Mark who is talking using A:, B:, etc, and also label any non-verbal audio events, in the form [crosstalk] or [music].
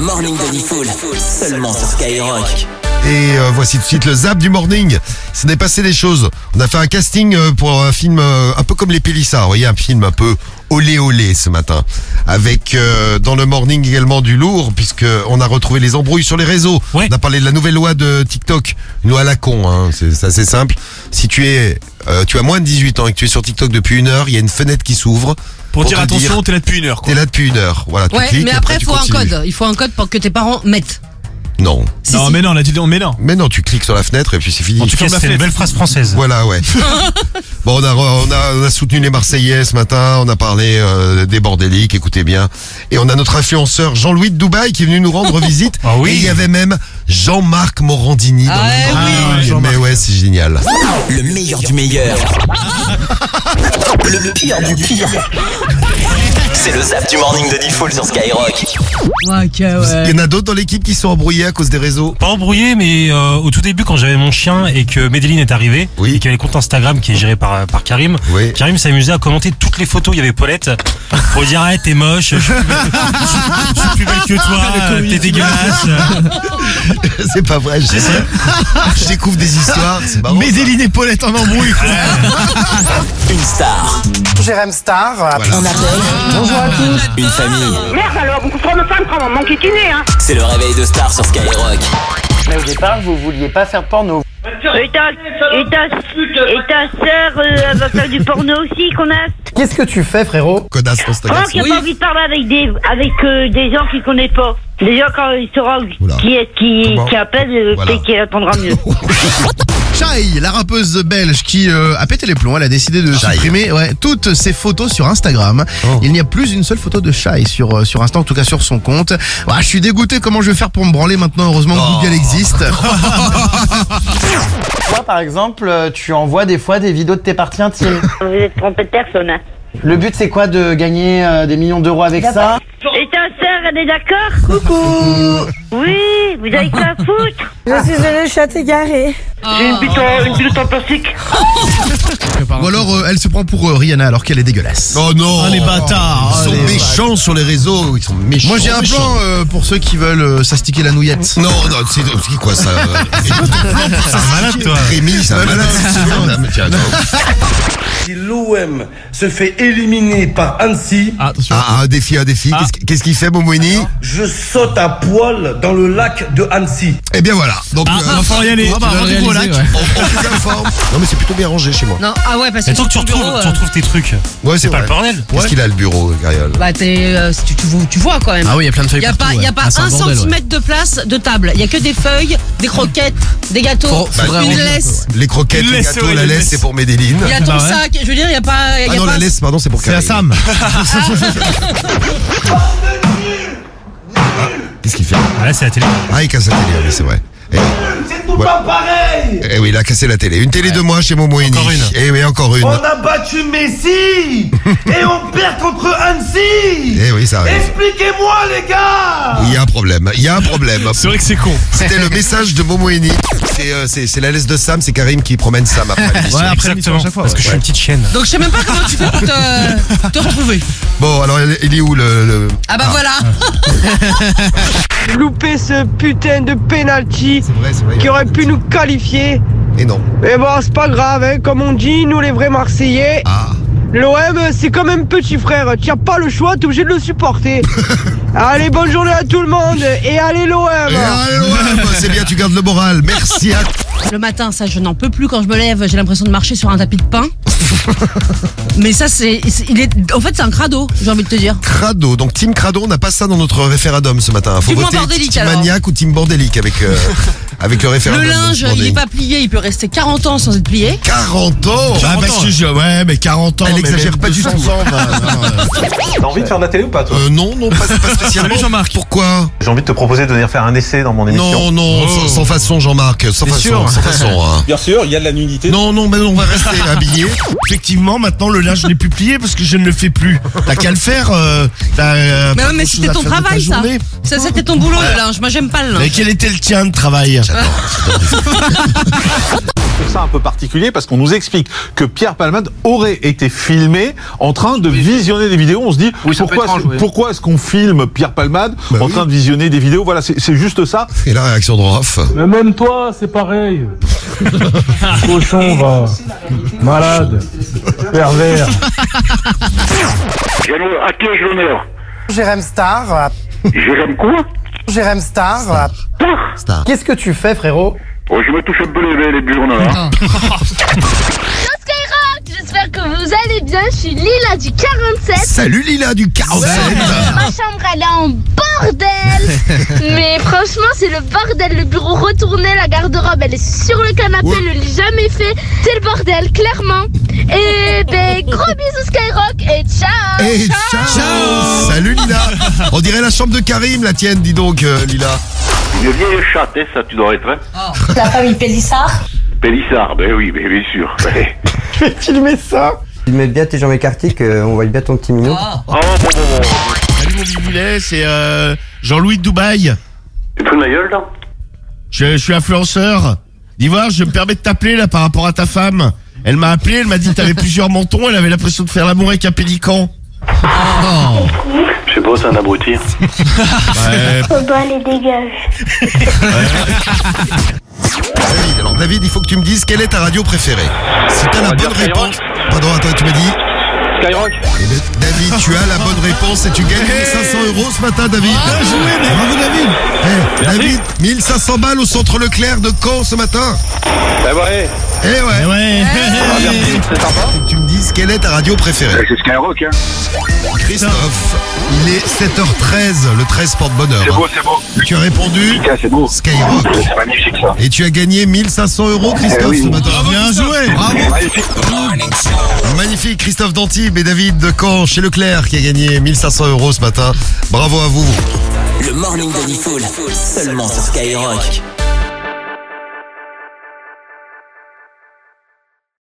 A: morning de Nifoul, seulement sur Skyrock.
B: Et euh, voici tout de suite le zap du morning. C'est dépassé les choses. On a fait un casting euh, pour un film euh, un peu comme Les Pélissards. Vous voyez, un film un peu olé olé ce matin. Avec euh, dans le morning également du lourd, puisque on a retrouvé les embrouilles sur les réseaux.
C: Ouais.
B: On a parlé de la nouvelle loi de TikTok. Une loi à la con, hein. c'est c'est assez simple. Si tu es, euh, tu as moins de 18 ans et que tu es sur TikTok depuis une heure, il y a une fenêtre qui s'ouvre.
C: Pour, dire
B: te
C: attention, t'es là depuis une heure. Quoi.
B: T'es là depuis une heure. Voilà, tu
D: Ouais,
B: cliques
D: mais
B: et
D: après, il
B: tu
D: faut un
B: continues.
D: code. Il faut un code pour que tes parents mettent.
B: Non.
D: Si,
C: non,
D: si.
C: mais non, là tu dis, mais non.
B: Mais non, tu cliques sur la fenêtre et puis c'est fini.
C: tu fermes la
E: C'est une
C: fenêtre.
E: belle phrase française.
B: Voilà, ouais. [laughs] bon, on a, re- on, a, on a soutenu les Marseillais ce matin, on a parlé euh, des bordéliques, écoutez bien. Et on a notre influenceur Jean-Louis de Dubaï qui est venu nous rendre [laughs] visite.
E: Ah oui.
B: Et il y avait même Jean-Marc Morandini dans
D: Ah
B: le
D: ouais, Ah
B: morning.
E: oui. Ah ouais, Jean-Marc.
B: Mais ouais, c'est génial.
A: Le meilleur du meilleur. Le pire du pire. C'est le zap du morning de Nifoul sur Skyrock.
D: Ouais, ok, ouais.
B: Il y en a d'autres dans l'équipe qui sont embrouillés à cause des réseaux. [laughs]
E: Pas embrouillé, mais euh, au tout début, quand j'avais mon chien et que Medellin est arrivé,
B: Oui.
E: et qu'il y avait le compte Instagram qui est géré par, euh, par Karim,
B: Oui.
E: Karim s'amusait à commenter toutes les photos. Il y avait Paulette pour lui dire Ah, t'es moche, je suis, plus belle- je suis plus belle que
C: Ah,
E: toi, t'es dégueulasse.
B: c'est pas vrai, je, je découvre des histoires. C'est marrant.
C: Médéline et Paulette en embrouille. quoi.
A: Une star,
F: Jérém Star,
A: un appel. Bonjour à tous. Une famille.
G: Merde alors, vous comprenez pas me prendre mon kikini, hein
A: C'est le réveil de star sur Skyrock.
F: mais au départ, vous vouliez pas faire de porno.
H: Et ta, et ta, et ta sœur, euh, elle va faire du porno aussi, qu'on a.
F: Qu'est-ce que tu fais, frérot
D: Ah,
B: Connasse, on se la
H: Franck,
B: casse.
H: il a pas envie de parler avec des, avec euh, des gens qu'il connaît pas. Des gens quand il saura
B: Oula.
H: qui est, qui,
B: Comment
H: qui appelle, euh,
B: Voilà.
H: peut-être qu'il attendra
B: [laughs]
H: mieux.
I: Chai, la rappeuse belge qui euh, a pété les plombs, elle a décidé de
B: Shai.
I: supprimer ouais, toutes ses photos sur Instagram. Il n'y a plus une seule photo de Chai sur, euh, sur Insta, en tout cas sur son compte. Ouah, je suis dégoûté, comment je vais faire pour me branler maintenant Heureusement que
B: Oh.
I: Google existe.
F: Toi, par exemple, euh, tu envoies des fois des vidéos de tes parties [laughs] intimes.
H: Vous êtes trompé de personne, hein.
F: Le but, c'est quoi de gagner euh, des millions d'euros avec ça
H: Et ta sœur, elle est d'accord Coucou Oui, vous avez quoi à foutre
G: J'ai une bite, en- une bite en plastique.
I: Ou alors euh, elle se prend pour euh, Rihanna alors qu'elle est dégueulasse.
B: Oh non
C: Ah, les bâtards.
B: Ils
C: Ah,
B: sont
C: les-
B: méchants sur Oh, les réseaux, ils sont méchants.
I: Moi j'ai un
B: méchants.
I: plan euh, pour ceux qui veulent euh, s'astiquer la nouillette.
B: Non, non, c'est [laughs] c'est quoi ça euh,
E: T'es un malade, toi.
B: Rémi, c'est un malade. Non, mais tiens, attends.
J: Si l'OM se fait éliminer par Annecy,
C: Ah, attention.
B: Ah, un défi, un défi. Qu'est-ce que- Qu'est-ce qu'il fait, Momweni
J: je saute à poil dans le lac de Annecy.
B: Eh bien voilà. Donc,
C: Ah,
B: euh,
C: va falloir y aller.
I: Ah, bah,
C: Tu dois le
I: rendez-vous au
C: réaliser,
I: lac.
C: ouais.
B: on, on vous informe. Non, mais c'est plutôt bien rangé chez moi.
D: Non, ah ouais, parce que.
E: Et tant que tu
D: sur ton
E: retrouves,
D: bureau,
E: tu
D: euh,
E: retrouves tes trucs,
B: Ouais,
E: c'est pas le
B: vrai.
E: bordel.
B: Qu'est-ce qu'il a le bureau, Gariol
D: Bah, t'es, euh, tu, tu vois- tu vois quand même.
I: Ah oui, il y a plein de feuilles
D: Y a
I: partout,
D: pas, y a
I: ouais.
D: pas
I: Ah, c'est un
D: un
I: bordel, ouais.
D: centimètre de place de table. Il Y a que des feuilles, des croquettes, des gâteaux,
I: Faut- faudrait
D: une
I: arrondir un peu,
D: laisse.
B: Les croquettes,
C: Une
B: les
C: laisse,
B: gâteaux,
C: ouais,
B: la
C: une
B: laisse,
C: laisse.
B: c'est pour Médéline.
D: Il y a ton
C: Bah ouais.
D: sac. Je veux dire, il y a pas. y a
B: Ah non,
D: pas-
B: la laisse, pardon, c'est pour
C: C'est à
B: Karine.
C: Sam.
B: Qu'est-ce qu'il fait
E: Ah, Là, c'est la télé.
B: Ah, il casse la télé, oui, c'est vrai. Eh,
J: C'est tout
B: Ouais.
J: pas pareil
B: eh oui, il a cassé la télé. Une télé de moi chez Momoini.
E: Encore une.
B: Eh oui, encore
J: On
I: Oh.
B: une.
J: a battu
B: [laughs]
J: Messi et on perd contre Annecy
B: Eh oui, ça arrive.
J: Expliquez-moi les gars
B: Il y a un problème. Il y a un problème.
C: C'est vrai que c'est con.
B: C'était le message de Momoini. C'est euh, c'est- c'est la laisse de Sam, c'est Karim qui promène Sam après l'émission.
I: Ouais, après l'émission, à
E: Exactement.
I: chaque fois,
E: Parce que
I: ouais.
E: je suis une petite chienne.
D: Donc, je sais même pas comment tu fais pour te, te retrouver.
B: Bon, alors, il- il est où le. le-
D: Ah bah voilà.
K: louper ce putain de penalty
B: C'est vrai, c'est vrai. il y a-
K: qui aurait pu nous qualifier.
B: Et non.
K: Mais bon, c'est pas grave, hein. comme on dit, nous les vrais Marseillais,
B: Ah.
K: l'OM c'est comme un petit frère, tu as pas le choix, t'es obligé de le
B: [laughs]
K: supporter. allez, bonne journée à tout le monde et allez l'OM
D: Ah
B: Et allez, ouais, bah, c'est bien, tu gardes le moral. Merci à
D: Le matin, ça, je n'en peux plus. Quand je me lève, j'ai l'impression de marcher sur un tapis de pain. Mais ça, c'est, c'est- il est, en fait, c'est un crado. J'ai envie de te dire.
B: Crado. Donc, Team Crado, on n'a pas ça dans notre référendum ce matin. Faut
D: Team
B: voter
D: bordélique,
B: Team
D: alors.
B: Maniaque ou Team Bordélique avec,
D: [laughs]
B: euh, avec le
D: Le
B: référendum.
D: linge, il
B: bordélique.
D: est pas plié. Il peut rester 40 ans sans être plié.
B: 40 ans
I: Bah,
C: 40
I: parce
C: ans.
E: hein.
I: que je- ouais, mais 40 ans.
B: Elle
I: mais
B: exagère
I: même
B: pas du
I: 200
B: tout.
I: ans, bah, non, non, non.
J: T'as envie de faire de la télé ou pas toi
B: Euh, Non, non, pas,
J: [laughs]
B: pas spécialement.
C: Salut, Jean-Marc.
B: Pourquoi
J: J'ai envie de te proposer de venir faire un essai dans mon
B: Non, non, sans, sans façon, Jean-Marc. Sans
C: T'es
B: façon,
C: sûr
B: [laughs] sans façon. hein.
J: Bien sûr, il y a de la nudité.
B: Non, non, mais on va rester [laughs] habillé.
I: Effectivement, maintenant le linge je l'ai plus plié parce que je ne le fais plus. T'as qu'à le faire. euh, t'as, euh,
D: Mais
I: pas
D: ouais, mais
I: grand-chose
D: c'était
I: à
D: ton
I: faire de ta
D: travail, ça.
I: journée.
D: Ça, c'était ton boulot, le linge. Moi, j'aime pas le linge.
I: Mais quel était le tien de travail trouve ça un peu particulier parce qu'on nous explique que Pierre Palmade aurait été filmé en train de visionner des vidéos. On se dit
L: Oui, ça peut
I: pourquoi,
L: être
I: est-ce-
L: étrange, oui.
I: pourquoi est-ce qu'on filme Pierre Palmade en train de visionner des vidéos Voilà, c'est c'est juste ça.
B: Et la réaction de Rof.
M: Mais même toi, c'est pareil. Cochon, va. Malade. Pervers.
E: À qui ai-je l'honneur
F: Jérém Star.
E: Jérém quoi
F: Jérém Star.
B: Star.
F: euh, Qu'est-ce que tu fais, frérot
E: Oh, je me touche un peu les, les burnes là.
J: Skyrock, j'espère que vous allez bien. Je suis Lila du 47.
B: Salut Lila du 47.
J: Ma chambre, elle est en bordel. Mais franchement, c'est le bordel. Le bureau retourné, la garde-robe, elle est sur le canapé, le lit jamais fait. C'est le bordel, clairement. Et ben, gros bisous Skyrock et ciao.
B: Et ciao Salut Lila On dirait la chambre de Karim, la tienne, dis donc, euh, Lila.
E: Une vieille chatte, hein, ça tu dois être. Hein.
N: Ah. La famille Pélissard
E: Pélissard, ben oui, ben, bien
O: [laughs]
E: sûr.
F: Je vais filmer ça. Filme bien tes jambes écartées, qu'on voit bien ton petit minou.
N: Ah.
E: Oh, bon, bon, bon.
O: Salut mon biboulet, c'est euh, Jean-Louis de Dubaï.
E: Tu te fous de ma gueule là
O: Je, je suis influenceur. D'ivoire, je me permets de t'appeler là par rapport à ta femme. Elle m'a appelé, elle m'a dit que t'avais plusieurs mentons, elle avait l'impression de faire l'amour avec un pélican.
E: Je sais pas, c'est un abruti.
N: Ah.
O: Ouais.
J: Oh bah, les dégage.
B: David, alors David, il faut que tu me dises quelle est ta radio préférée. Si t'as la bonne réponse. Pardon, attends, tu m'as dit Skyrock. David, tu as la bonne réponse et tu gagnes 1500 euros ce matin, David. Bien joué, bravo David. David, 1500 balles au centre Leclerc de Caen ce matin.
E: Ben ouais.
B: Eh ouais.
E: Ah, merci, c'est sympa.
B: Faut que tu me dises quelle est ta radio préférée.
E: C'est Skyrock, hein.
B: Christophe, il est 7h13, le 13 porte-bonheur.
E: C'est beau, c'est beau.
B: Tu as répondu
E: C'est beau.
B: hein. Skyrock.
E: C'est magnifique ça.
B: Et tu as gagné 1500 euros, Christophe,
E: Eh oui.
B: ce matin.
E: Bravo,
B: Bien joué. Magnifique, Christophe Dantib et David de Caen chez Leclerc qui a gagné 1500 euros ce matin. Bravo à vous.
A: Le morning de Nifoul, seulement sur Skyrock.